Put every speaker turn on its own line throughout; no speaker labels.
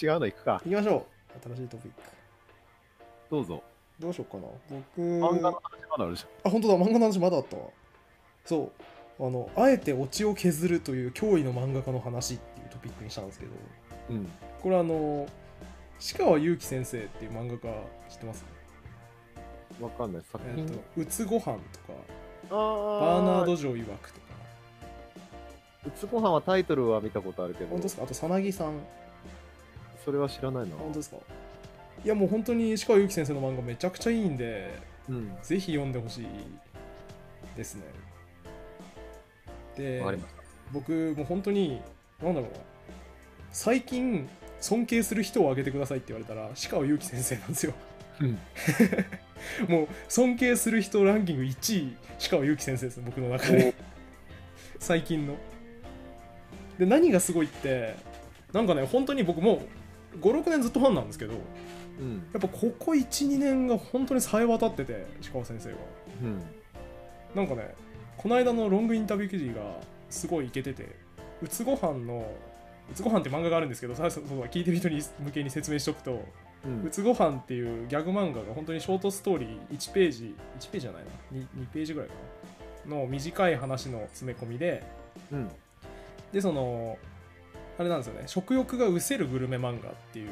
違うの行くか。
行きましょう。新しいトピック。
どうぞ。
どうしようかな。僕、
漫画の話まだあるじ
あ、本当だ、漫画の話まだあったわ。そう。あの、あえてオチを削るという脅威の漫画家の話っていうトピックにしたんですけど、
ゃん。うん。
これあの、鹿川祐希先生っていう漫画家知ってます
わかんない。作
え
品
っ。と、うつご飯とか、バ
バ
ーナード城曰くとか、
うつご飯はタイトルは見たことあるけど
本当で、すかあと、さなぎさん、
それは知らないな。
本当ですかいや、もう本当に鹿川祐希先生の漫画めちゃくちゃいいんで、
うん。
ぜひ読んでほしいですね。で
わかりました。
僕もう本当に何だろうな最近尊敬する人を挙げてくださいって言われたら鹿尾祐希先生なんですよ
うん。
もう尊敬する人ランキング1位鹿尾祐希先生です僕の中で最近ので何がすごいってなんかね本当に僕もう56年ずっとファンなんですけどや
うん。
っぱここ12年が本当に冴え渡ってて鹿尾先生は
うん。
なんかねこの間のロングインタビュー記事がすごいイケてて「うつごはんの「うつごはんって漫画があるんですけどさそうそう聞いてる人に向けに説明しとくと
う
「
ん
うつごはんっていうギャグ漫画が本当にショートストーリー1ページ1ページじゃないな 2, 2ページぐらいかなの短い話の詰め込みで
うん。
でそのあれなんですよね食欲がうせるグルメ漫画っていう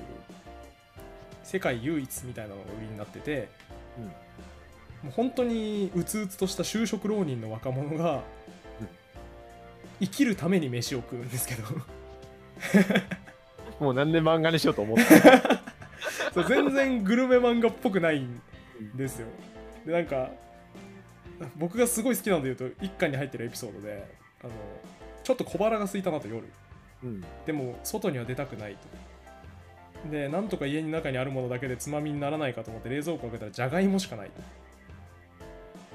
世界唯一みたいなのが売りになってて
うん
もう本当にうつうつとした就職浪人の若者が
うん
生きるために飯を食うんですけど
もうなんで漫画にしようと思 った
そう全然グルメ漫画っぽくないんですよでなんか僕がすごい好きなので言うと一巻に入ってるエピソードであのちょっと小腹が空いたなと夜
うん。
でも外には出たくないとでなんとか家の中にあるものだけでつまみにならないかと思って冷蔵庫を開けたらじゃがいもしかないと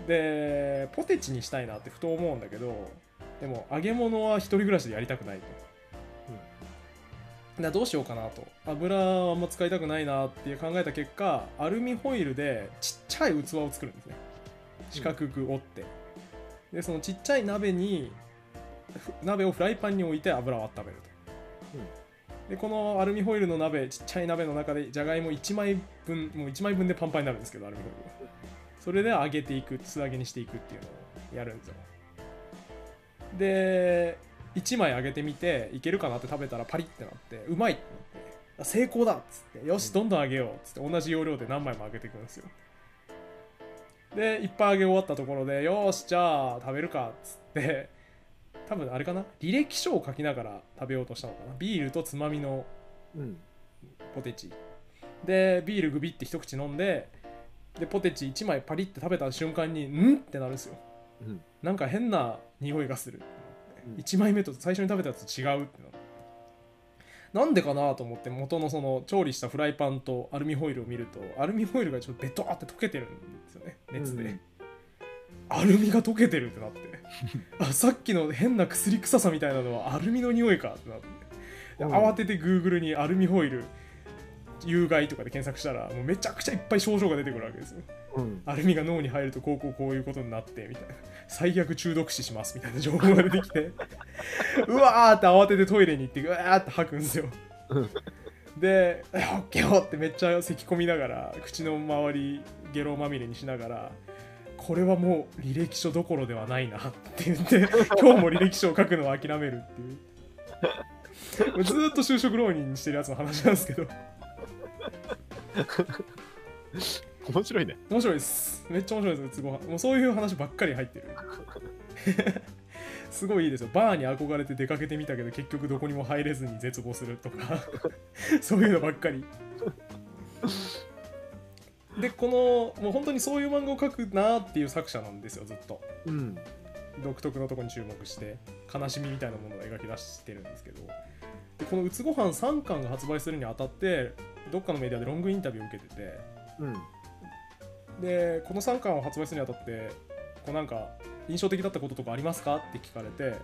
でポテチにしたいなってふと思うんだけどでも揚げ物は一人暮らしでやりたくないと、
うん
だからどうしようかなと油はあんま使いたくないなって考えた結果アルミホイルでちっちゃい器を作るんですね四角く折って、でそのちっちゃい鍋にふ鍋をフライパンに置いて油を温めるとでこのアルミホイルの鍋ちっちゃい鍋の中でじゃがいも1枚分もう1枚分でパンパンになるんですけどアルミホイルはそれで揚げていく素揚げにしていくっていうのをやるんですよで1枚揚げてみていけるかなって食べたらパリってなってうまいってなってあ成功だっつってよしどんどん揚げようっつって同じ要領で何枚も揚げていくんですよでいっぱい揚げ終わったところでよーしじゃあ食べるかっつって多分あれかな履歴書を書きながら食べようとしたのかなビールとつまみの
うん。
ポテチでビールグビって一口飲んででポテチ1枚パリって食べた瞬間にんってなるんですよ
うん。
なんか変な匂いがする、
うん
1枚目と最初に食べたやつと違うってなってなんでかなと思って元のその調理したフライパンとアルミホイルを見るとアルミホイルがちょっとベトーって溶けてるんですよね熱で、
うん
アルミが溶けてるってなってあさっきの変な薬臭さみたいなのはアルミの匂いかってなってで
うん
慌てて Google にアルミホイル有害とかで検索したらもうめちゃくちゃいっぱい症状が出てくるわけですよ
うん。
アルミが脳に入るとこうこうこういうことになってみたいな最悪中毒死しますみたいな情報が出て きてうわーって慌ててトイレに行ってうわーって吐くんですよ
うん
で「あオッケーよ」ってめっちゃ咳込みながら口の周りゲロまみれにしながらこれはもう履歴書どころではないなって言って 今日も履歴書を書くのを諦めるっていうもうずーっと就職浪人してるやつの話なんですけど
面白いね。
面白いですめっちゃ面白いですうつごはんもうそういう話ばっかり入ってる すごいいいですよバーに憧れて出かけてみたけど結局どこにも入れずに絶望するとか そういうのばっかりでこのもう本当にそういう漫画を描くなーっていう作者なんですよずっと
うん。
独特のとこに注目して悲しみみたいなものを描き出してるんですけどでこの「うつごはん」3巻が発売するにあたってどっかのメディアでロングインタビューを受けてて
うん。
でこの3巻を発売するにあたってこうなんか印象的だったこととかありますかって聞かれて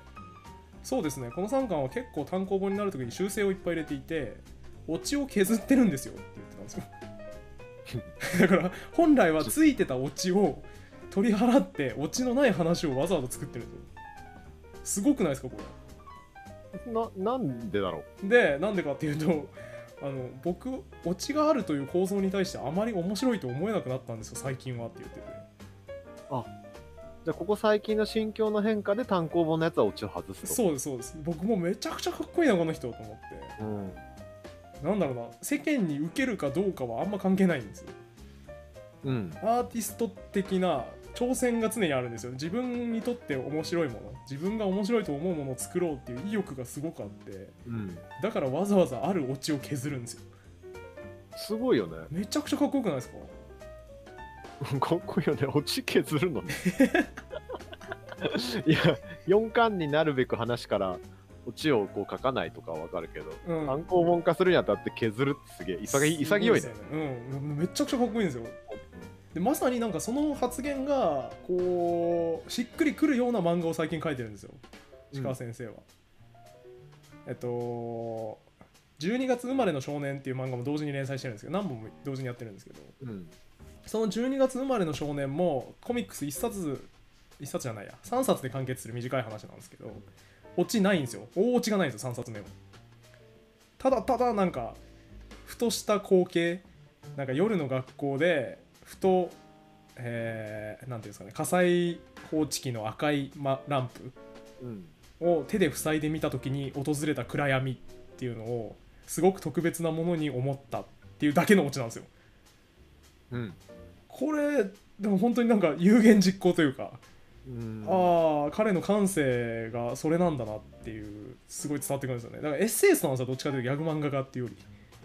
そうですねこの3巻は結構単行本になるときに修正をいっぱい入れていてオチを削ってるんですよって言ってたんですよ だから本来はついてたオチを取り払ってオチのない話をわざわざ作ってるんですよすごくないですかこれ
な、なんでだろ
でなんでかっていうとああの僕オチがあるという構造に対してあまり面白いと思えなくなったんですよ最近はって言ってて
じゃあ、ここ最近の心境の変化で単行本のやつはオチを外すと。
そうですそうです僕もめちゃくちゃかっこいいなこの人と思っ
うん。
てなんだろうな世間に受けるかどうかはあんま関係ないんですよ
うん。
アーティスト的な挑戦が常にあるんですよ自分にとって面白いもの自分が面白いと思うものを作ろうっていう意欲がすごくあって
うん。
だからわざわざあるオチを削るんですよ
すごいよね。
めちゃくちゃかっこよくないですか
かっこいいよね。オチ削るのね。いや、4巻になるべく話から、オチをこう書かないとかはわかるけど、
うん
単行本化するにあたって削るってすげえ潔い潔いね
すごですよねうんめちゃくちゃかっこいいんですよでまさになんかその発言がこうしっくりくるような漫画を最近書いてるんですよ
うん
石川先生は、えっと12月生まれの少年っていう漫画も同時に連載してるんですけど何本も同時にやってるんですけど
うん。
その12月生まれの少年もコミックス1冊1冊じゃないや3冊で完結する短い話なんですけどオチないんですよ大オチがないんですよ3冊目もただただなんかふとした光景なんか夜の学校でふとえー、なんていうんですかね火災報知器の赤い、ま、ランプ
うん。
を手で塞いでみた時に訪れた暗闇っていうのをすごく特別なものに思ったっていうだけのオチなんですよ
うん。
これでも本当になんか有言実行というか、
うん
ああ彼の感性がそれなんだなっていうすごい伝わってくるんですよねだからエッセイストなんですよどっちかというとギャグ漫画家っていうよ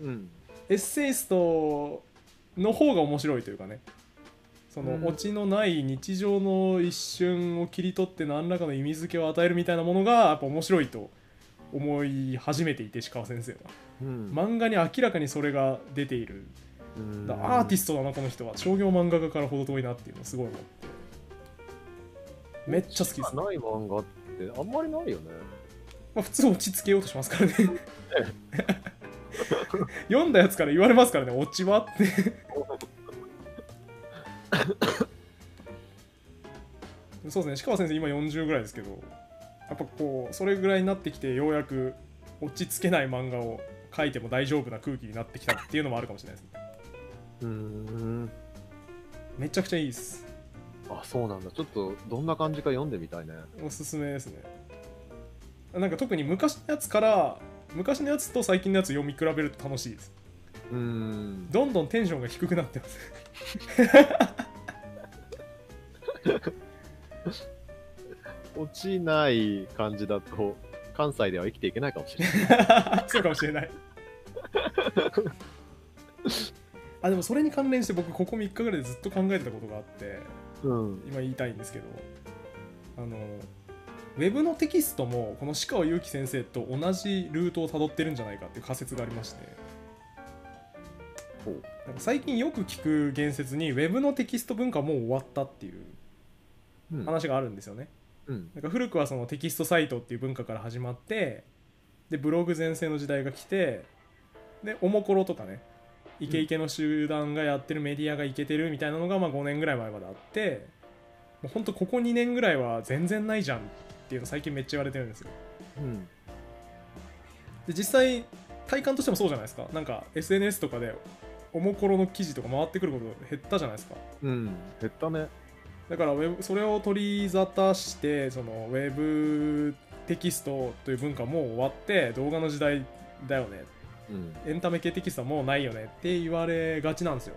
り
うん。
エッセイストの方が面白いというかねその
うん
オチのない日常の一瞬を切り取って何らかの意味付けを与えるみたいなものがやっぱ面白いと思い始めていて石川先生は
うん。
漫画に明らかにそれが出ている
うん
だからアーティストだなこの人は商業漫画家から程遠いなっていうのをすごい思ってめっちゃ好きですね、
ない漫画ってあんまりないよね。
まあ、普通落ち着けようとしますからね読んだやつから言われますからね落ちはってそうですね、石川先生、今40ぐらいですけど、やっぱこう、それぐらいになってきて、ようやく落ち着けない漫画を書いても大丈夫な空気になってきたっていうのもあるかもしれないですね。
うん。
めちゃくちゃいいです。
あ、そうなんだ。ちょっと、どんな感じか読んでみたいね。
おすすめですね。なんか特に昔のやつから、昔のやつと最近のやつ読み比べると楽しいです。
うん。
どんどんテンションが低くなってます。
落ちない感じだと、関西では生きていけないかもしれない。
そうかもしれない。あでもそれに関連して僕ここ3日ぐらいでずっと考えてたことがあって
うん。
今言いたいんですけどあのウェブのテキストもこの鹿尾祐樹先生と同じルートをたどってるんじゃないかっていう仮説がありまして
ほう
なんか最近よく聞く言説にウェブのテキスト文化はもう終わったっていう
うん。
話があるんですよね。
うん。
なんか古くはそのテキストサイトっていう文化から始まってでブログ全盛の時代が来てでおもころとかねイケイケの集団がやってるメディアがイケてるみたいなのがまあ5年ぐらい前まであってもうほんとここ2年ぐらいは全然ないじゃんっていうの最近めっちゃ言われてるんですよ
うん。
で実際体感としてもそうじゃないですかなんか SNS とかでおもころの記事とか回ってくること減ったじゃないですか
うん。減ったね。
だからウェブそれを取り沙汰してそのウェブテキストという文化もう終わって動画の時代だよね
うん。
エンタメ系テキストはもうないよねって言われがちなんですよ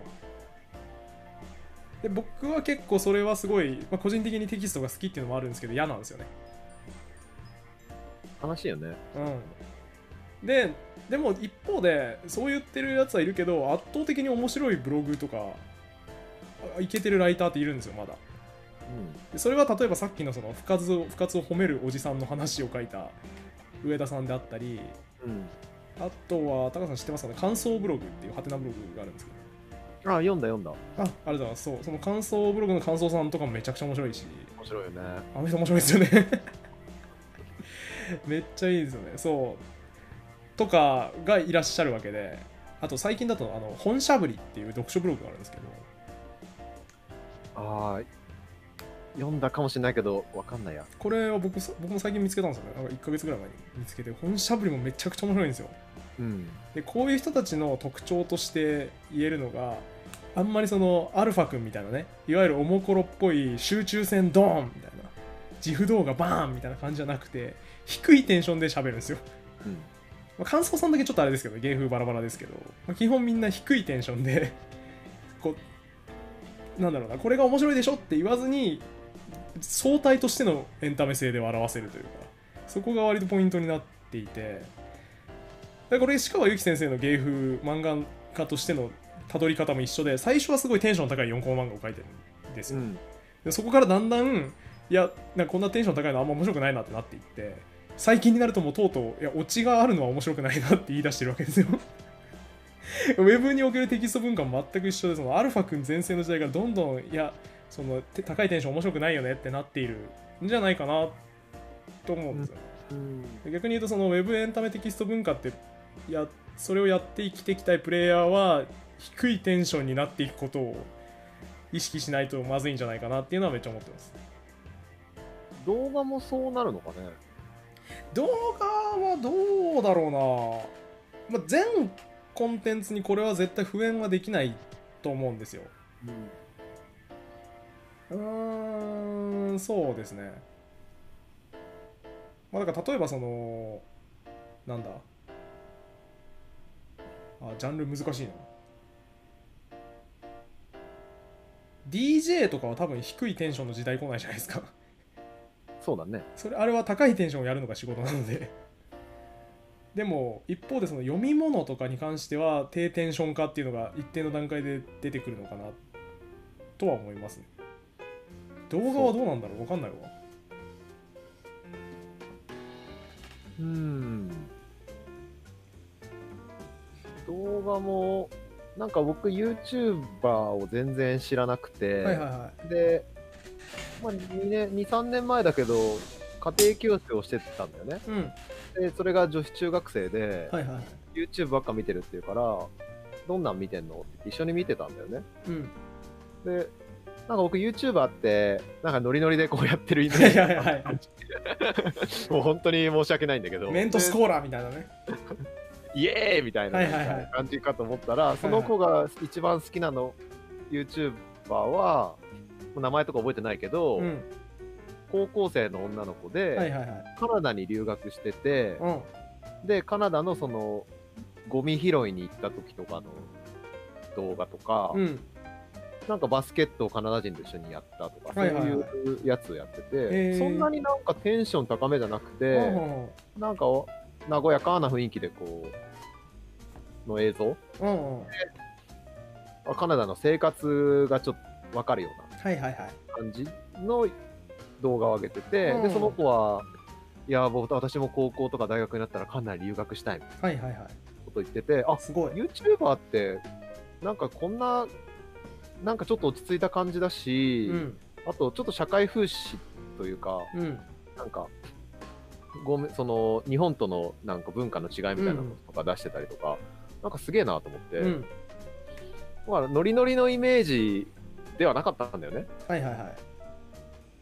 で僕は結構それはすごい、まあ個人的にテキストが好きっていうのもあるんですけど嫌なんですよね
悲しいよね。
うんででも一方でそう言ってるやつはいるけど圧倒的に面白いブログとかあいけてるライターっているんですよまだでそれは例えばさっきのその不活を不活を褒めるおじさんの話を書いた上田さんであったり
うん。
あとは高橋さん知ってますかね感想ブログっていうハテナブログがあるんですけ
うん。あ、読んだ読んだ。
どあありがとうございますそうその感想ブログの感想さんとかもめちゃくちゃ面白いし
面白いよね。
あの人面白いですよね めっちゃいいですよねそうとかがいらっしゃるわけであと最近だとあの本しゃぶりっていう読書ブログがあるんですけど
ああ、読んだかもしれないけど、わかんないや。
これは僕僕も最近見つけたんですよねなんか1ヶ月ぐらい前に見つけて本しゃぶりもめちゃくちゃ面白いんですよ
うん。
でこういう人たちの特徴として言えるのがあんまりそのアルファ君みたいなねいわゆるおもころっぽい集中戦ドーンみたいな自負動画バーンみたいな感じじゃなくて低いテンションで喋るんですよ、
うん。
まあ、感想さんだけちょっとあれですけど芸風バラバラですけど、まあ、基本みんな低いテンションで こうなんだろうなこれが面白いでしょって言わずに相対としてのエンタメ性で表せるというかそこが割とポイントになっていてでこれ石川由紀先生の芸風漫画家としてのたどり方も一緒で最初はすごいテンション高い4コマ漫画を描いてるんです
う
よ、
ん。
でそこからだんだんいやなんかこんなテンション高いのあんま面白くないなってなっていって最近になるともうとうとういやオチがあるのは面白くないなって言い出してるわけですよ ウェブにおけるテキスト文化も全く一緒でそのアルファ君全盛の時代からどんどんいやそのて高いテンション面白くないよねってなっているんじゃないかなと思うんですよ、
うん。
逆に言うとそのウェブエンタメテキスト文化っていやそれをやって生きていきたいプレイヤーは低いテンションになっていくことを意識しないとまずいんじゃないかなっていうのはめっちゃ思ってます
動画もそうなるのかね。
動画はどうだろうな、まあ、全コンテンツにこれは絶対不縁はできないと思うんですよ
うん。
うーんそうですねまあだから例えばそのなんだあジャンル難しいな DJ とかは多分低いテンションの時代来ないじゃないですか
そうだね。
それあれは高いテンションをやるのが仕事なので でも一方でその読み物とかに関しては低テンション化っていうのが一定の段階で出てくるのかなとは思いますね動画はどうなんだろう分かんないわ
うん。動画も、なんか僕 YouTuber を全然知らなくて、
いは
で、まあ、2年、2、3年前だけど、家庭教室をしてたんだよね。
いうん
で、それが女子中学生で、
はいはい
YouTube ばっか見てるっていうから、どんなん見てんのって言って一緒に見てたんだよね。
うん
で、なんか僕 YouTuber って、なんかノリノリでこうやってるイメ
は
ー
い
ジ。
はいはい
もう本当に申し訳ないんだけど。
メントスコーラみたいなね
イエーイみたいな
はいはいはい
感じかと思ったら、その子が一番好きなの YouTuber は、もう名前とか覚えてないけど、
うん
高校生の女の子で、
はいはいはい
カナダに留学してて、
うん
で、カナダのその、ゴミ拾いに行った時とかの動画とか、
うん
なんかバスケットをカナダ人と一緒にやったとか、
はいはいはい
そういうやつをやってて、
へー
そんなになんかテンション高めじゃなくて、
うん
なんか和やかな雰囲気でこう、の映像
うんうん
あカナダの生活がちょっとわかるよう
はいはいはい
な感じの動画を上げてて、
うん
で、その子は、いや、僕、私も高校とか大学になったらカナダに留学したいみたいな
はいはいはい
こと言ってて、あ、
すごい
YouTuber って、なんかこんな、なんかちょっと落ち着いた感じだし、
うん
あとちょっと社会風刺というか、
うん
なんか、ごめん、その、日本とのなんか文化の違いみたいなのとか出してたりとか、なんかすげえなと思って、
うん
まあ、ノリノリのイメージではなかったんだよね。
はいはいはい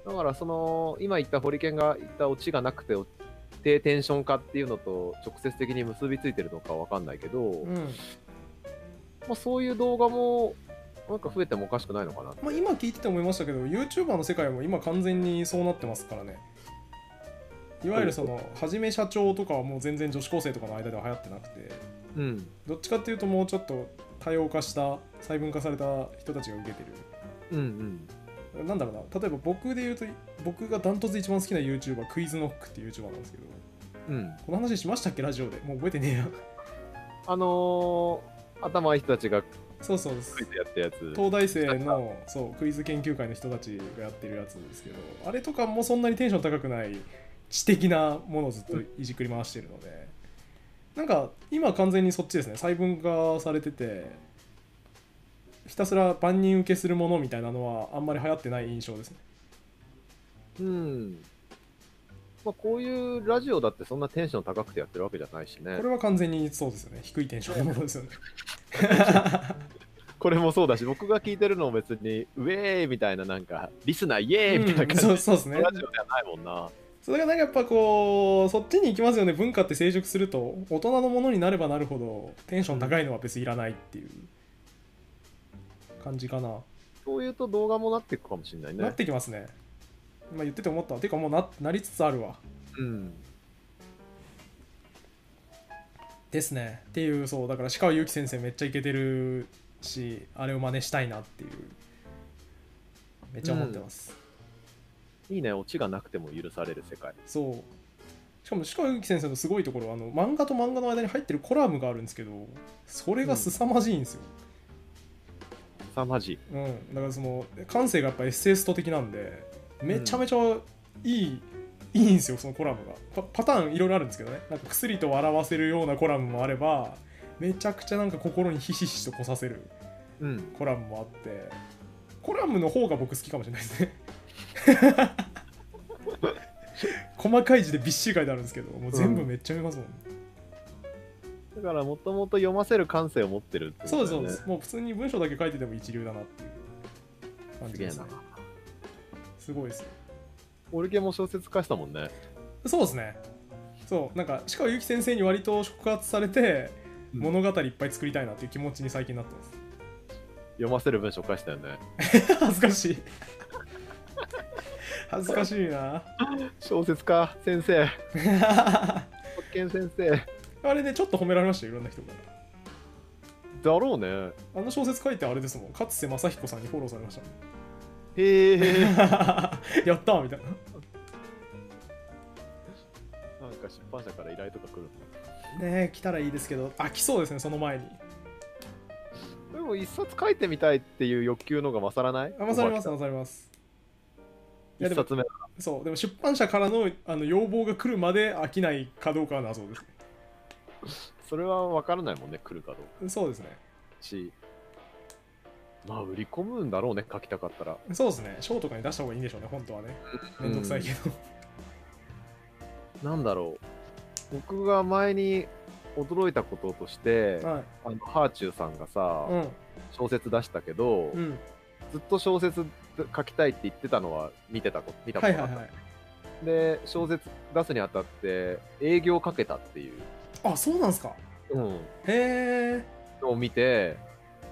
だから、その、今言ったホリケンが言ったオチがなくて、低テンション化っていうのと直接的に結びついてるのかわかんないけど、
うん
まあ、そういう動画も、なんか増えてもおかしくないのかな。
まあ、今聞いてて思いましたけど YouTuber の世界も今完全にそうなってますからねいわゆるそのはじめ社長とかはもう全然女子高生とかの間では流行ってなくて
うん。
どっちかっていうともうちょっと多様化した細分化された人たちが受けて
うんうん。
るなんだろうな例えば僕で言うと僕がダントツで一番好きな YouTuber クイズノックっていう YouTuber なんですけど
うん。
この話しましたっけラジオでもう覚えてねえや
あのー、頭いい人たちが
そうそうです
クイズやったやつ。
東大生のそうクイズ研究会の人たちがやってるやつですけどあれとかもそんなにテンション高くない知的なものをずっといじくり回してるのでなんか今完全にそっちですね細分化されててひたすら万人受けするものみたいなのはあんまり流行ってない印象ですね
うん。まあ、こういうラジオだってそんなテンション高くてやってるわけじゃないしね
こ。れは完全にそうですよね低いテンションのもの ですよね
これもそうだし、僕が聞いてるのも別に、ウェーイみたいな、なんか、リスナーイエーイみたいな
うん
感じ、
そうそうですね
ラジオではないもんな。
それがなんかやっぱこうそっちに行きますよね文化って成熟すると大人のものになればなるほどテンション高いのは別にいらないっていう感じかな、
そういうと動画もなっていくかもしれない
なっ
ね。
てきますねまあ言ってて思ったわていうかもうななりつつあるわ
うん。
ですねっていうそうだから鹿川祐希先生めっちゃイケてるしあれを真似したいなっていうめっちゃ思ってます、
いいね、オチがなくても許される世界。
そうしかも鹿川祐希先生のすごいところはあの漫画と漫画の間に入ってるコラムがあるんですけどそれが凄まじいんですよ、
凄まじい。
うんだからその感性がやっぱエッセイスト的なんでめちゃめちゃいい、いいんですよそのコラムがパパターンいろいろあるんですけどねなんか薬と笑わせるようなコラムもあればめちゃくちゃなんか心にひしひしとこさせる
うん。
コラムもあってコラムの方が僕好きかもしれないで すね細かい字でびっしり書いてあるんですけどもう全部めっちゃ見ますもん、
だから、もともと読ませる感性を持ってるってこと
そう
だよ
ですそう
ね
ですもう普通に文章だけ書いてても一流だなっていう感じ
すげえ
です
な
ね。すごいですね
オルケも小説化したもんね。
そうですねそうなんか鹿尾由紀先生に割と触発されて、
うん
物語いっぱい作りたいなっていう気持ちに最近なってます
読ませる文章化したよね。
恥ずか しい恥ずかしい な
小説家、先生、発見先生。だ
あれねちょっと褒められましたよいろんな人から
ろうね。
あの小説書いてあれですもん勝瀬正彦さんにフォローされまし
へえ。
た、ね、やったーみたいな
なんか出版社から依頼とか来るんだ
ねえ来たらいいですけどあ来そうですねその前に
でも一冊書いてみたいっていう欲求の方が勝らない
あまされます
お
まされますい
前
や
一
でも
冊目。
そうでも出版社からのあの要望が来るまで飽きないかどうかは謎です
それは分からないもんね、来るかどうか
そうですね
し。まあ、売り込むんだろうね、書きたかったら。
そうですね、ショーとかに出した方がいいんでしょうね、本当はね。めんどくさいけど。
なんだろう。僕が前に驚いたこととして、
は
あ
い。
のハーチューさんがさ、
うん。
小説出したけど、
うん。
ずっと小説書きたいって言ってたのは見てたこと、見たこ
は
と
い
があ
は
っ
い
た。
はい。
で、小説出すにあたって、営業かけたっていう、
あ、そうなんすか。
うん、
へえ。
のを見て、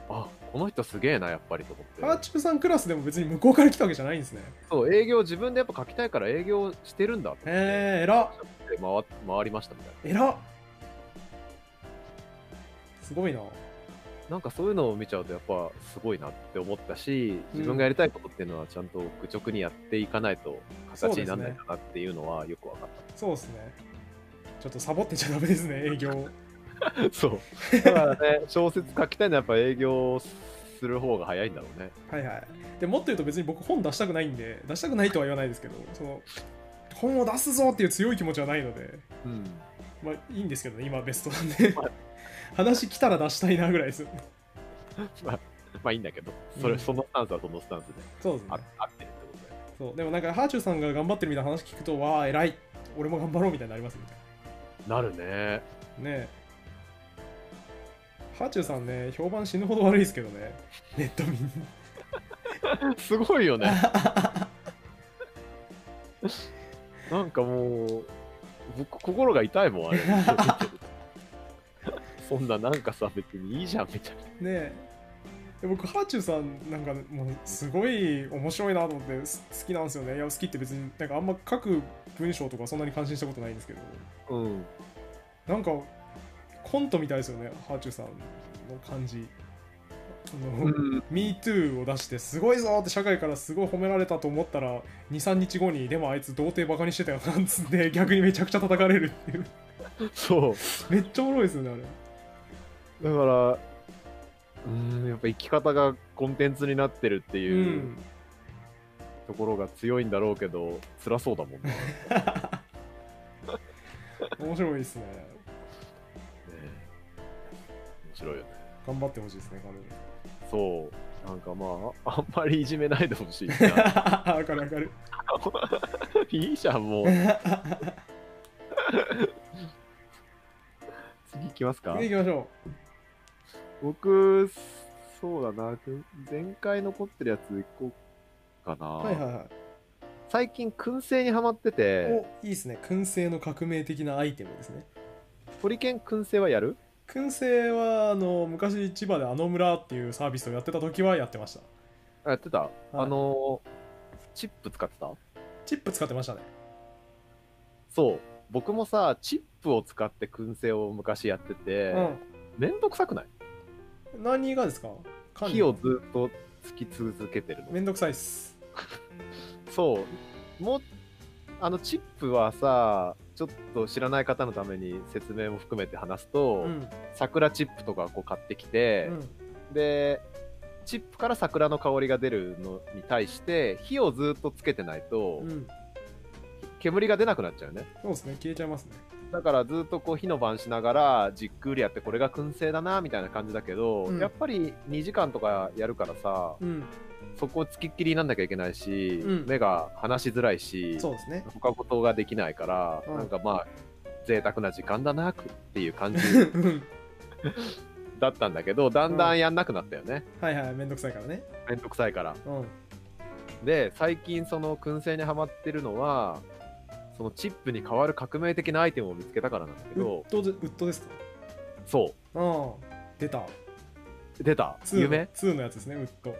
あこの人すげえな、やっぱりと思って。
ハーチューさんクラスでも別に向こうから来たわけじゃないんですね。
そう営業自分でやっぱ書きたいから営業してるんだって
へえ、えら。
回っ回りましたみたい
えら。すごいな。
ななんかそういうのを見ちゃうとやっぱすごいなって思ったし自分がやりたいことっていうのはちゃんと愚直にやっていかないと
そう
形
で
に
す
ならな
ね
いかなっていうのはよく分かっ
そうですね。ちょっとサボってちゃダメですね、営業。
たそうだからね小説書きたいのはやっぱ営業する方が早いんだろうね
はいはい。でもっと言うと別に僕本出したくないんで、出したくないとは言わないですけど、その、本を出すぞっていう強い気持ちはないので。
うん
まあいいんですけどね、今ベストなんで。話来たら出したいなぐらいです。
まあいいんだけどそれ、
うん
そのスタンスはそのスタンスで
そうですね
あ。合ってるってことだよ
そうでもなんか、ハーチューさんが頑張ってるみたいな話聞くと、わあ、偉い。俺も頑張ろうみたいになりますよ
なるね
ね。ねえハーチューさんね、評判死ぬほど悪いですけどね。ネット民。
すごい よね。なんかもう、僕、心が痛いもん、あれ。 そんな、なんかさ、別にいいじゃん、みたいな。
ねえ。で僕、ハーチューさんなんか、もうすごい面白いなと思ってす好きなんですよね。いや、好きって別に、なんかあんま書く文章とかそんなに感心したことないんですけど。
うん。
なんかコントみたいですよね、ハーチューさんの感じ。あの MeToo を出して、すごいぞって社会からすごい褒められたと思ったら、2、3日後に、でもあいつ童貞バカにしてたよなんつって、 逆にめちゃくちゃ叩かれるっていう。
そう。
めっちゃおもろいですよね、あれ。
だから、うん、やっぱ生き方がコンテンツになってるって
う。
いうんところが強いんだろうけど、辛そうだもんね。ね
面白いですね。
面白いよね。
頑張ってほしいですね、彼女。
そう。なんかまあ、あんまりいじめないでほしい な。
わかるわかる。
いいじゃん、もう。次行きますか
次行きましょ
僕、そうだな、前回残ってるやつ行こうかな。
う。はいはいはい。
最近燻製にはまってて
おいいですね燻製の革命的なアイテムですね
ホリケン燻製はやる
燻製はあの昔千葉であの村っていうサービスをやってた時はやってました
あやってた、あのチップ使ってた
チップ使ってましたね
そう僕もさチップを使って燻製を昔やってて、めんどくさくない
うん何がですか管理
火をずっとつき続けてるの
めんどくさいっす
そうもうあのチップはさちょっと知らない方のために説明も含めて話すと、
うん
桜チップとかこう買ってきて、
うん
でチップから桜の香りが出るのに対して火をずっとつけてないと、
うん
煙が出なくなっちゃうね
そうですね消えちゃいますね
だからずっとこう火の番しながらじっくりやってこれが燻製だなみたいな感じだけど、
うん
やっぱり2時間とかやるからさ
うん
そこをつきっきりになんなきゃいけないし、
うん
目が離しづらいし
そうですね
他事ができないから、
うん
なんかまあ贅沢な時間だなっていう 感じ
うん
だったんだけどだんだんやんなくなったよね、
はいはいめんどくさいからね
めんどくさいから
うん
で最近その燻製にはまってるのはそのチップに代わる革命的なアイテムを見つけたからなんだけ
ウ
ど
ッ、ドでウッドですか
そ
うん出た
う出た
2の
夢
2のやつですねウッド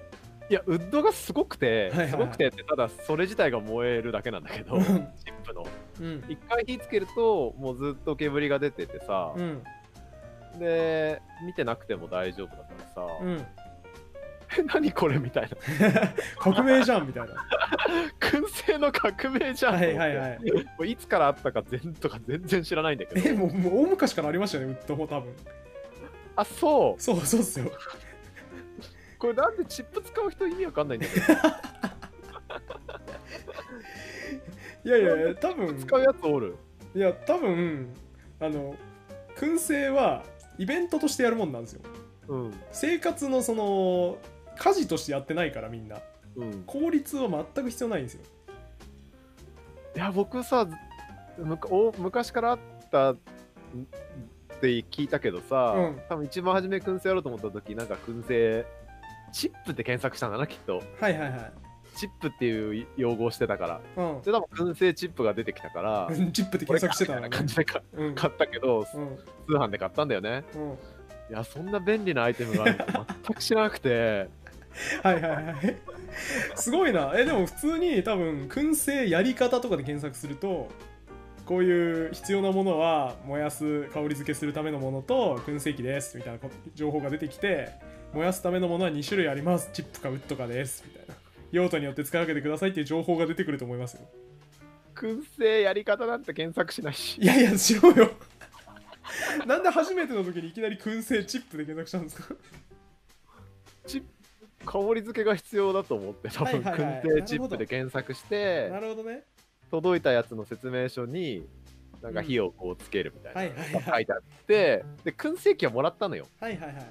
いやウッドがすごくて、
はいはいはい
すごくてってただそれ自体が燃えるだけなんだけどチップの
うん
一回火つけるともうずっと煙が出ててさ
う、ん
で見てなくても大丈夫だからさ、
うん
何これみたいな
革命じゃんみたいな
燻製の革命じゃん
は
と思っ
い
て
はいはい
もういつからあったか全とか全然知らないんだけ
え
ど
もうもう大昔からありましたよねウッドも多分
あそう
そうそうっすよ
これなんでチップ使う人意味わかんないんだけど
いやいや多分
使うやつおる
いや多分あの燻製はイベントとしてやるもんなんですよ
うん
生活のその家事としてやってないからみんな
うん
効率は全く必要ないんですよ
いや僕さむかお昔からあったんって聞いたけどさ、
うん
多分一番初め燻製やろうと思った時なんか燻製チップって検索したんだなきっと
はいはいはい
チップっていう用語をしてたから
うん
で多分燻製チップが出てきたから
チップで
これ
検
か
索してた
み
ら
いな感じでか
うんうん
買ったけど
うん
通販で買ったんだよね
うん
いやそんな便利なアイテムがあるの全く知らなくて
はいはいはい すごいなえでも普通に多分燻製やり方とかで検索するとこういう必要なものは燃やす香り付けするためのものと燻製器ですみたいなこ情報が出てきて燃やすためのものは2種類ありますチップかウッドかですみたいな用途によって使い分けてくださいっていう情報が出てくると思いますよ
燻製やり方なんて検索しないし
いやいやしろよなんで初めての時にいきなり燻製チップで検索したんですか
香り付けが必要だと思って多分
はいはいはい
燻製チップで検索して
なるほどね
届いたやつの説明書になんか火をこうつけるみたいな、
はいはいはい
書いてあってで燻製器をもらったのよ
はいはいはい
だか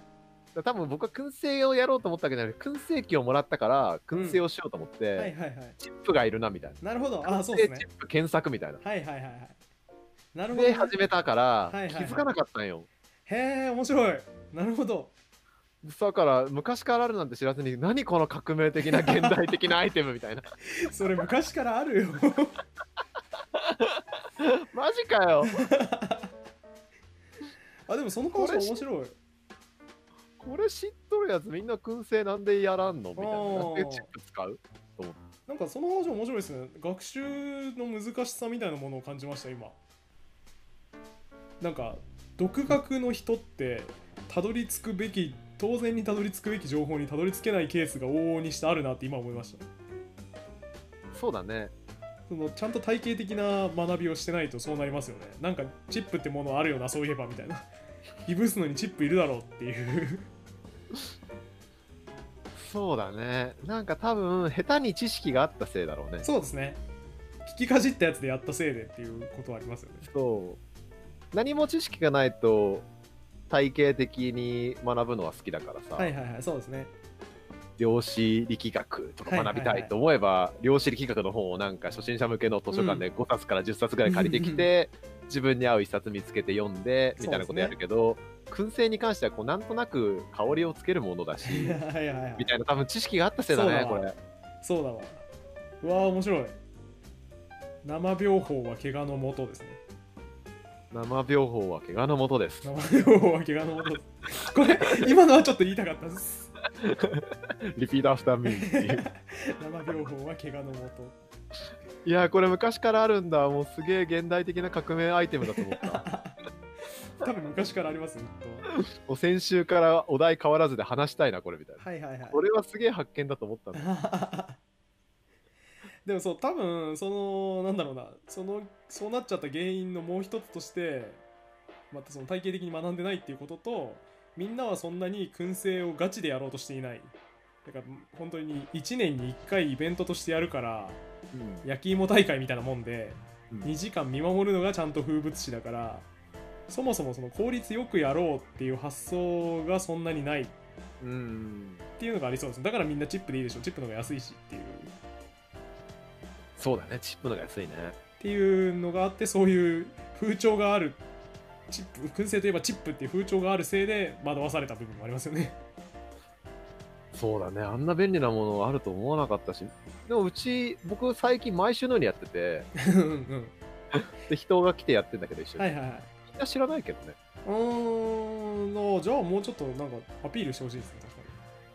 ら多分僕は燻製をやろうと思ったわけじゃなくて燻製器をもらったから
うん
燻製をしようと思って、
はいはいはい
チップがいるなみたい
なるほど
な
あそうです
燻
ね
製チップ検索みたいな
はいはいはいはい。なるほど
で
ね、
始めたから
いはいは
気
い
づかなかったんよ
へえ、面白い。なるほど。
だから昔からあるなんて知らずに何この革命的な現代的なアイテムみたいな
それ昔からあるよ。
マジかよ
あ、でもその話面白い。
これ知っとるやつみんな燻製なんでやらんのみたいな
おー
なんでチップ使う
なんかその話面白いですね。学習の難しさみたいなものを感じました、今。なんか、独学の人って、たどり着くべき、当然にたどり着くべき情報にたどり着けないケースが往々にしてあるなって今思いました。
そうだね
そのちゃんと体系的な学びをしてないとそうなりますよねなんかチップってものあるよなそういえばみたいないぶすのにチップいるだろうっていう
そうだねなんか多分下手に知識があったせいだろうね
そうですね聞きかじったやつでやったせいでっていうことはありますよね
そう何も知識がないと体系的に学ぶのは好きだからさ、
はいはいはいそうです ね
量子力学とか学び
はい
た
はいはい
いと思えば、量子力学の本をなんか初心者向けの図書館で5冊から10冊ぐらい借りてきて、 自分に合う1冊見つけて読んでみたいなことやるけど、燻製に関してはこうなんとなく香りをつけるものだし
はいはいはい
みたいな多分知識があったせいだ
そう
ね
だ
こ
わ
れ
そうだわうわー面白い生病法は怪我のもとですね
生病法は怪我のもとです。
生病法は怪我のもとですこれ今のはちょっと言いたかったです
リピートアフターミーっていう。
生病法は怪我のも
いやーこれ昔からあるんだ。もうすげえ現代的な革命アイテムだと思った。
と多分昔からありますねきっ
もう先週からお題変わらずで話したいな、これみたいな。
とはいはいはい
これはすげえ発見だと思ったんだ。
でもそう多分そのなんだろうなそのそうなっちゃった原因のもう一つとしてまたその体系的に学んでないっていうこととみんなはそんなに燻製をガチでやろうとしていないだから本当に1年に1回イベントとしてやるから
うん
焼き芋大会みたいなもんで
うん
2時間見守るのがちゃんと風物詩だからそもそもその効率よくやろうっていう発想がそんなにない
うん。
っていうのがありそうですだからみんなチップでいいでしょチップの方が安いしっていうっ
そうだね、チップのが安いね。
ていうのがあってそういう風潮があるチップ燻製といえばチップっていう風潮があるせいで惑わされた部分もありますよね
そうだね、あんな便利なものあると思わなかったし。でもうち、僕最近毎週のようにやってて、
うんうん
で人が来てやってんだけど一緒に。
はいはいはい
みんな知らないけどね。
うーんあじゃあもうちょっとなんかアピールしてほしいですね確か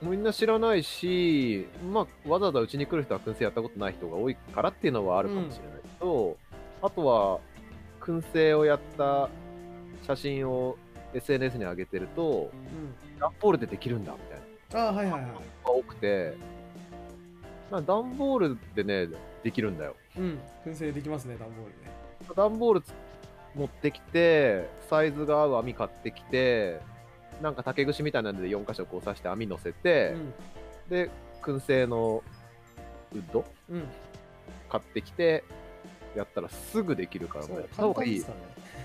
みんな知らないし、まあ、わざわざうちに来る人は燻製やったことない人が多いからっていうのはあるかもしれないけど、あとは燻製をやった写真を SNS に上げてると
に、うん、
段ボールでできるんだみたいな
あはいはいはい
のが多くてまあ段ボールでねできるんだよ
うん燻製できますね段ボールで
段ボールつ持ってきてサイズが合う網買ってきてなんか竹串みたいなので4箇所こう刺して網乗せて、で燻製のウッド
うんうん
買ってきてやったらすぐできるからもうやった方がいい
簡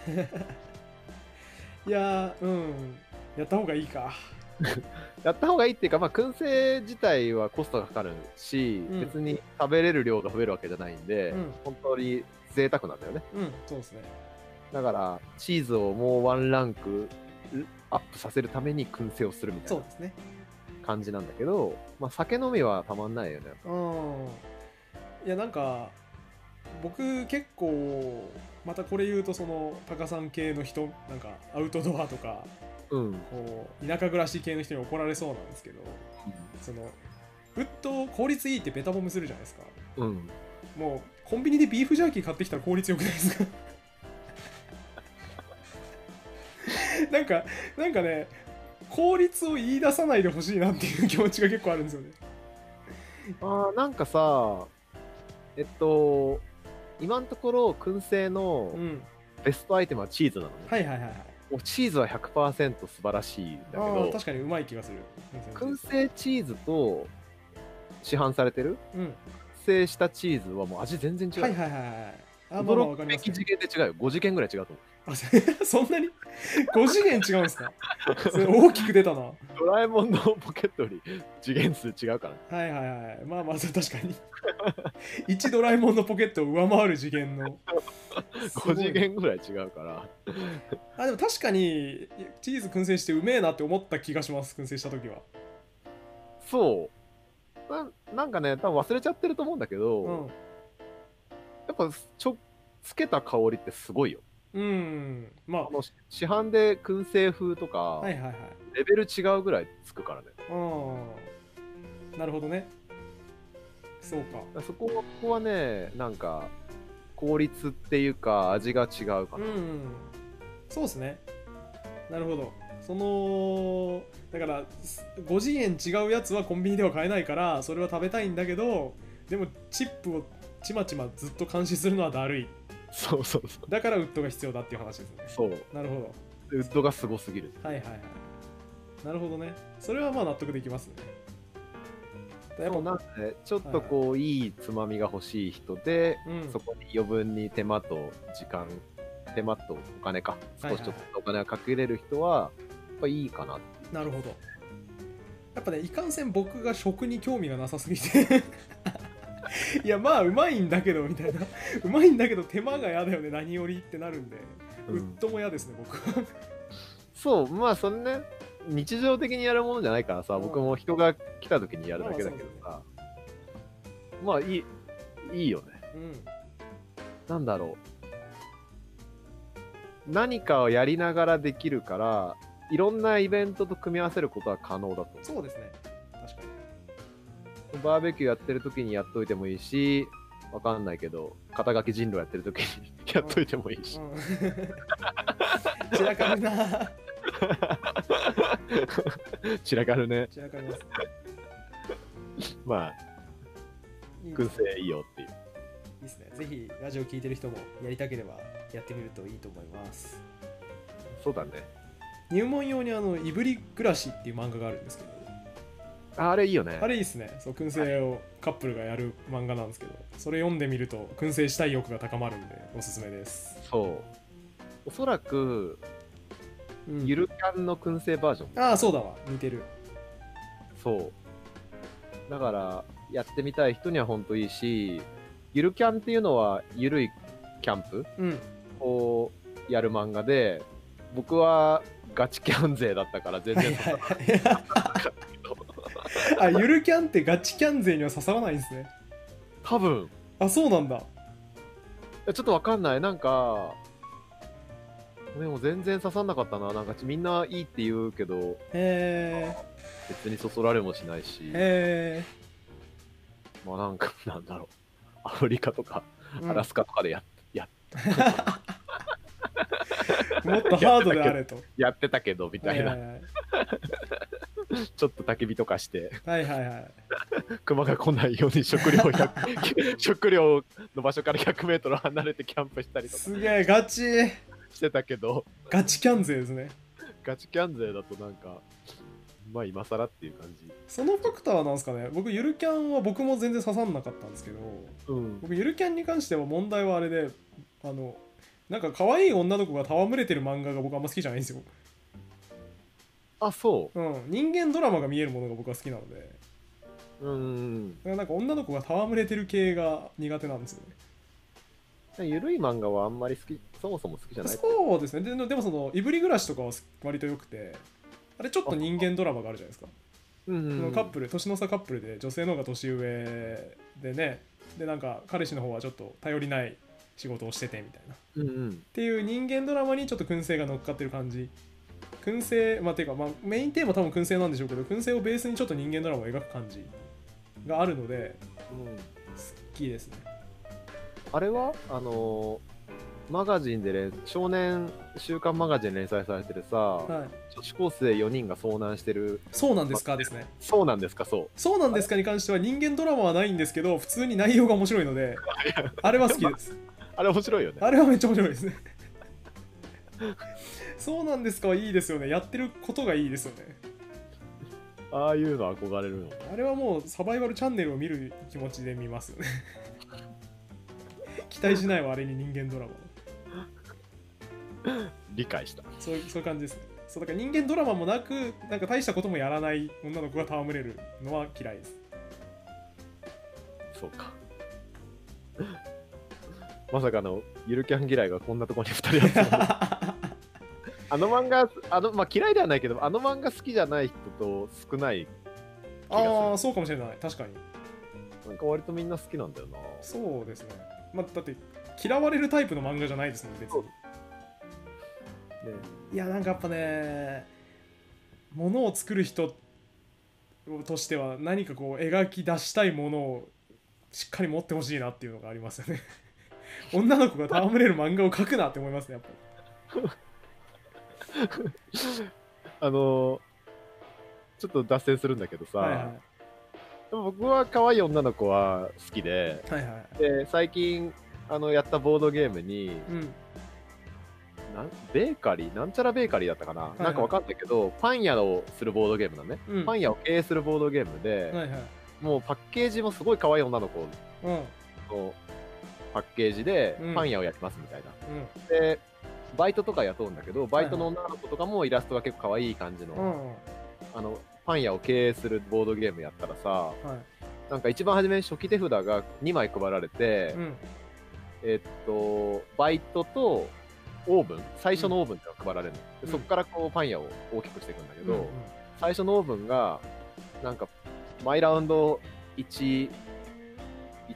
単ですからねいやーうんやった方がいいか
やった方がいいっていうかまあ燻製自体はコストがかかるし、
うん
別に食べれる量が増えるわけじゃないんで、
うん
本当に贅沢なんだよね
うんそうですね
だからチーズをもうワンランクアップさせるために燻製をするみたい
そう
な
ですね
感じなんだけど、まあ、酒飲みはたまんないよね
うんいやなんか僕結構またこれ言うとそのタカさん系の人なんかアウトドアとか
うん
こう田舎暮らし系の人に怒られそうなんですけどそのウッドを効率いいってベタ褒めするじゃないですか
うん
もうコンビニでビーフジャーキー買ってきたら効率よくないですか なんかなんかね効率を言い出さないでほしいなっていう気持ちが結構あるんですよね
あーなんかさえっと今のところ燻製の
うん
ベストアイテムはチーズなのね、
はいはいはいはい
もうチーズは100%素晴らしいんだけ
あー
ど
確かにうまい気がする
燻製チーズと市販されてる
うん
燻製したチーズはもう味全然違う、
はいはいはいはいあまあまあわ
驚
か
く
り
べ
ます
き
ね
次元で違うよ5次元ぐらい違うと思
あそ そんなに5次元違うんですかそれ大きく出たなは
うドラえもんのポケットより次元数違うからね
いはいはいまあまあそう確かに 一ドラえもんのポケットを上回る次元の すご
5
い
次元ぐらい違うから
あでも確かにチーズ燻製してうめえなって思った気がします燻製した時は
そうななんかね多分忘れちゃってると思うんだけど、
うん
やっぱちょつけた香りってすごいよ
うんま
あの市販で燻製風とか、
あはいはいはい
レベル違うぐらいつくからね
うんなるほどねそうか
だからそこはここはねなんか効率っていうか味が違うか
うん
な、
うんそうですねなるほどそのだからす5次元違うやつはコンビニでは買えないからそれは食べたいんだけどでもチップをちまちまずっと監視するのはだるい
そうそうそう
だからウッドが必要だっていう話ですね
そう
なるほど
ウッドがすごすぎる
はいはいはいなるほどねそれはまあ納得できますね
でもなんかねちょっとこういいつまみが欲しい人で、
うん
そこに余分に手間と時間手間とお金か
はいはい
少しちょっとお金がかけれる人はやっぱいいかなって
なるほどやっぱねいかんせん僕が食に興味がなさすぎて いやまあうまいんだけどみたいなうまいんだけど手間が嫌だよね何よりってなるんで、
うん
ウッドも嫌ですね僕は
そうまあそんね日常的にやるものじゃないからさ、
うん
僕も人が来た時にやるだけだけどさまあいいいいよね
うん
なんだろう。何かをやりながらできるから、いろんなイベントと組み合わせることは可能だと思う。
そうですね確かに
バーベキューやってる時にやっといてもいいし、わかんないけど、肩書き人狼やってる時に やっといてもいいし。
うん 散らかるな
散らかるね。
散らかります
まあ、
いいで
燻
すね
製いいよっていう。
いいですねぜひラジオ聞いてる人もやりたければやってみるといいと思います
そうだね。
入門用にあの「いぶり暮らし」っていう漫画があるんですけど
ああれいいよね。
あれいいですねそう燻製をカップルがやる漫画なんですけどそれ読んでみると燻製したい欲が高まるんでおすすめです
そう。おそらく、
うん
ゆるキャンの燻製バージョン。
ああそうだわ似てる
そう。だから、やってみたい人には本当いいし、ゆるキャンっていうのは、ゆるいキャンプ
うん
をやる漫画で、僕はガチキャン勢だったから全
はい
然
はいはいあゆるキャンってガチキャン勢には刺さらないんですね
多分、
あそうなんだ
ちょっとわかんない。なんか、でも全然刺さんなかったな。なんかみんないいって言うけど、
へ
別にそそられもしないし
え、へ
まあなんか、なんだろう。アフリカとか、
え、うん
アラスカとかでや,、や
もっとハードであれと
やってたけど、みたいな。
はいはい
ちょっと焚き火とかして、
はいはいはいはい
熊が来ないように食料を100 食料の場所から100メートル離れてキャンプしたりとか
すげえガチ
してたけど、
ガチキャン勢ですね
ガチキャン勢だとなんか、まあ今更っていう感じ。
そのファクターなんですかね僕ゆるキャンは僕も全然刺さんなかったんですけど
うん。
僕ゆるキャンに関しては問題はあれであのなんか可愛い女の子が戯れてる漫画が僕あんま好きじゃないんですよ、
あ、そ
うん、人間ドラマが見えるものが僕は好きなので
う。うん。
なんか女の子が戯れてる系が苦手なんですよね
ゆるい漫画はあんまり好き、そもそも好きじゃない。
そうですねででもそのいぶり暮らしとかは割と良くてあれちょっと人間ドラマがあるじゃないですか
うん
そのカップル年の差カップルで女性の方が年上でねでなんか彼氏の方はちょっと頼りない仕事をしててみたいなっ
うんうん。
ていう人間ドラマにちょっと燻製が乗っかってる感じ燻製まあていうか、まあ、メインテーマ多分燻製なんでしょうけど燻製をベースにちょっと人間ドラマを描く感じがあるので
うん
好きですね
あれはあのーマガジンで連、少年週刊マガジンで連載されてるさ、
はい
女子高生4人が遭難してる。
そうなんですかですね
そうなんですか、そう。
そうなんですかに関しては人間ドラマはないんですけど普通に内容が面白いのであれは好きです
あれ面白いよね。
あれはめっちゃ面白いですね。そうなんですかいいですよね。やってることがいいですよね。
ああいうの憧れるの。
あれはもうサバイバルチャンネルを見る気持ちで見ますよね。 期待しないわ、あれに人間ドラマは
理解した。
そういう。そういう感じですね。そうだから人間ドラマもなく、なんか大したこともやらない女の子が戯れるのは嫌いです。
そうか。 まさかのゆるキャン嫌いがこんなとこに2人集ま るあの漫画、あのまあ、嫌いではないけど、あの漫画好きじゃない人と少ない、
ああ、そうかもしれない。確かに。
なんか割とみんな好きなんだよな。
そうですね。まあ、だって嫌われるタイプの漫画じゃないですもん、別に。
ね、
いやなんかやっぱねものを作る人としては何かこう描き出したいものをしっかり持ってほしいなっていうのがありますよ ね女の子が戯れる漫画を描くなって思いますねや っぱ
あのちょっと脱線するんだけどさ、
りはいは
でも僕は可愛い女の子は好きで、
いはいはい
で最近あのやったボードゲームに、
うん
なんベーカリーなんちゃらベーカリーだったかな、
いはい
なんかわかんないけどパン屋をするボードゲームだね、
うん
パ
は
ン
い
屋を経営するボードゲームで、
はい
もうパッケージもすごい可愛い女の子
うんうん
のパッケージで
うん
パン屋をやりますみたいな、でバイトとか雇うんだけどバイトの女の子とかもイラストが結構可愛い感じの,、
うんは
あのパン屋を経営するボードゲームやったらさ
い
なんか一番初めに初期手札が2枚配られて、
うん
えっと、バイトとオーブン、最初のオーブンってのが配られるの、
うん
でそこからこうパン屋を大きくしていくんだけど、
うんうん
最初のオーブンが、なんか、毎ラウンド1、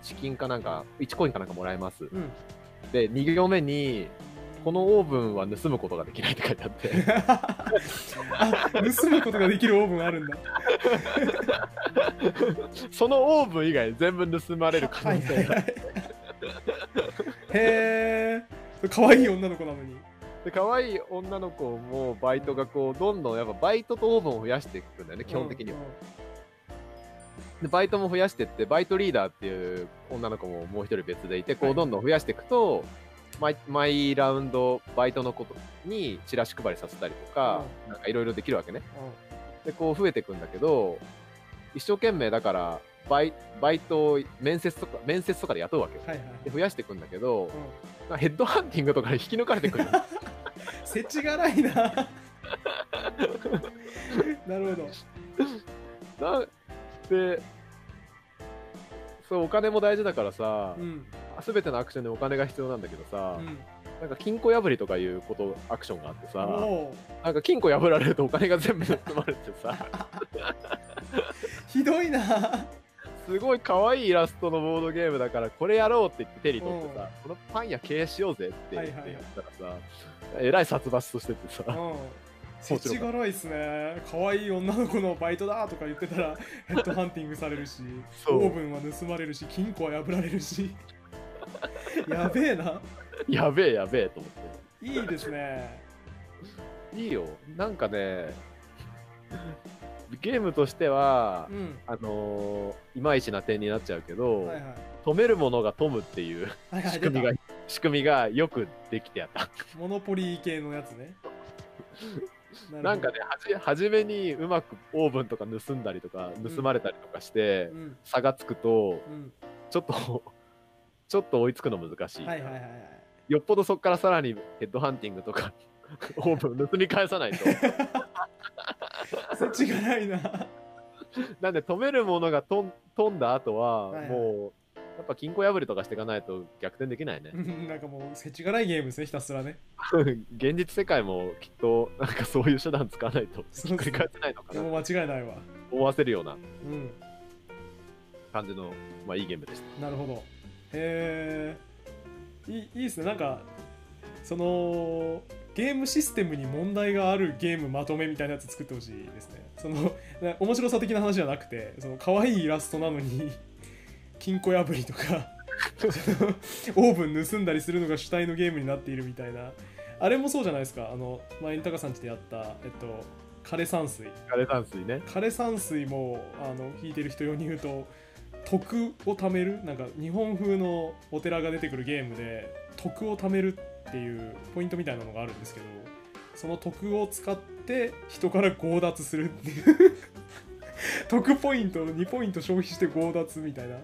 1金かなんか、1コインかなんかもらえます。
うん
で2行目に「このオーブンは盗むことができない」って書いてあって
あ盗むことができるオーブンあるん だ
そのオーブン以外全部盗まれる可能性が
はいはいはいへえ可愛い女の子なのに
で可愛い女の子もバイトがこうどんどんやっぱバイトとオーブンを増やしていくんだよね基本的には、でバイトも増やしてってバイトリーダーっていう女の子ももう一人別でいてこ
は
う
い
どんどん増やしていくと、毎毎ラウンドバイトのことにチラシ配りさせたりとか、なんかいろいろできるわけねでこう増えていくんだけど一生懸命だからバイバイトを面接とか面接とかで雇うわけよ
はいはいはい
で増やしていくんだけど
うん、
なんかヘッドハンティングとかで引き抜かれて くる
せちがらいななるほど
なんでそうお金も大事だからさ、
うん
全てのアクションにお金が必要なんだけどさ、
うん
なんか金庫破りとかいうことアクションがあってさ
もう
なんか金庫破られるとお金が全部盗まれて さ
ひどいな
すごい可愛いイラストのボードゲームだからこれやろうって言って手に取って
うん
さこのパン屋経営しようぜって言って
はいはいはい
やったらさ、えらい殺伐としててさ
うんせちがらいっすね可愛い女の子のバイトだとか言ってたらヘッドハンティングされるし
そう
オーブンは盗まれるし金庫は破られるし やべえな
やべえやべえと思って。
いいですね
いいよ。なんかね、ゲームとしては
う、ん
あのーいまいちな点になっちゃうけど、
はいはい
止めるものが富むっていう
はいはい
仕
出
組みが
た、
仕組みがよくできてやった。
モノポリー系のやつ ねる
な
ほど
んかね、はじ初めにうまくオーブンとか盗んだりとか、
ん
盗まれたりとかして、
うん
差がつくと、
うん
ちょっと、 ちょっと追いつくの難しい。
はいはいはいはい
よっぽどそこからさらにヘッドハンティングとか、 オーブン盗み返さないと。
そっちがないな。
なんで止めるものがとん飛んだ後は、
はいはい
もうやっぱ金庫破りとかしていかないと逆転できないね
うんなんかもう、せちがらいゲームですね、ひたすらね。
現実世界もきっとなんかそういう手段使わないと
そうそう
ひっくり返せないのか
で
な
も間違いないわ。
思わせるような
うん、
感じの、まあ、いいゲームでした
なるほど。へえ。いいいいですね、なんか、その、ゲームシステムに問題があるゲームまとめみたいなやつ作ってほしいですね。その、な面白さ的な話じゃなくて、その、可愛いイラストなのに、金庫破りとか、そのオーブン盗んだりするのが主体のゲームになっているみたいな。あれもそうじゃないですか、あの、前に高さんちでやった、えっと、枯山水。
枯山水ね
枯山水もあの聞いてる人用に言うと徳を貯めるなんか日本風のお寺が出てくるゲームで徳を貯めるっていうポイントみたいなのがあるんですけどその徳を使って人から強奪するっていう 徳ポイントを2ポイント消費して強奪みたいな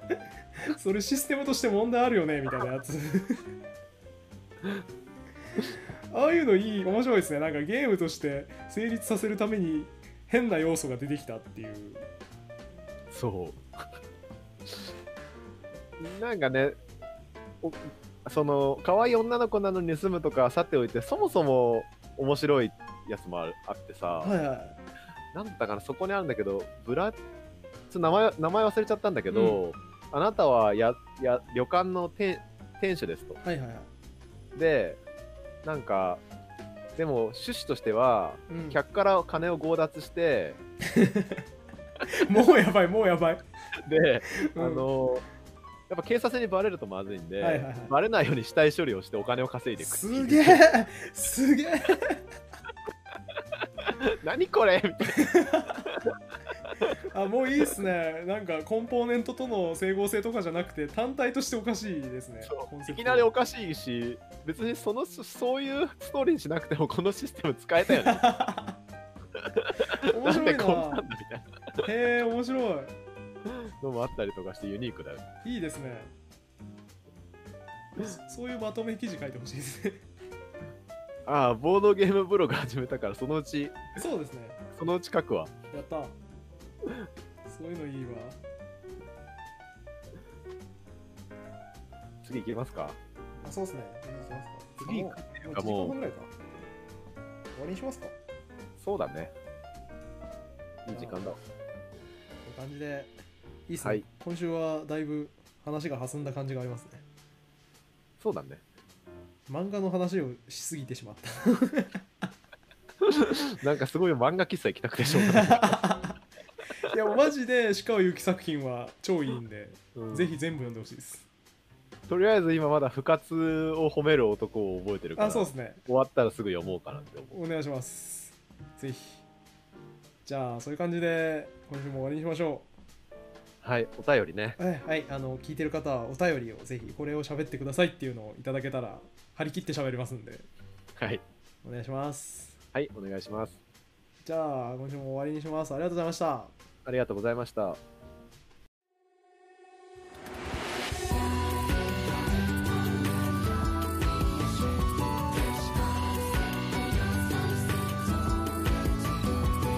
それシステムとして問題あるよねみたいなやつああいうのいい面白いですねなんかゲームとして成立させるために変な要素が出てきたっていう
そう なんかねおその可愛い女の子なのに盗むとかはさておいてそもそも面白いやつもあるあってさ、
いはい
なんだったかな、そこにあるんだけど、ブラッツ、名前名前忘れちゃったんだけど、あなたはやや旅館の店店主ですと。
はいはいはい、
で、なんか、でも趣旨としては、
うん
客から金を強奪して、
もうやばいもうやばい、
で、
うん
あの、やっぱ警察にバレるとまずいんで、
はいはいはい
バレないように死体処理をしてお金を稼いでいくっていう
すげえすげえ
何これみたい
あもういいっすねなんかコンポーネントとの整合性とかじゃなくて単体としておかしいですね
そう
コン
な
セ
い
プト
きなりおかしいし別にそのそういうストーリーにしなくてもこのシステム使えたよね
面
なん
白い
で
な
こうなんだみたいな
へえ面白
のもあったりとかしてユニークだよね。
いいいですねそそういうまとめ記事書いてほしいですね
ああ、ボードゲームブログ始めたから、そのうち、
そうですね
そのうち書くわ。
やったそういうのいいわ
次行きますか。
あそうですね。
次行
も
うか
う
もう
もう1時間ぐらいか。終わりにしますか。こ
そうだね。いい時間だわ。
ういう感じで。
いいっすね、
はい
今週はだいぶ話が弾んだ感じがありますね
そうだね。
漫画の話をしすぎてしまっ
なんかすごい漫画喫茶行きたくてしょうがない。
た いやマジで鹿尾由紀作品は超いいんで、
うん
ぜひ全部読んでほしいです
とりあえず今まだ不活を褒める男を覚えてるから
あそうですね
終わったらすぐ読もうかなって思う。
お願いしますぜひじゃあそういう感じで今週も終わりにしましょ
はい、お便りね。
うはい、はい、あの聞いてる方はお便りをぜひこれを喋ってくださいっていうのをいただけたら張り切って喋りますんで
はい、
お願いします
はい、お願いします。
じゃあ今週も終わりにしますありがとうございました
ありがとうございました。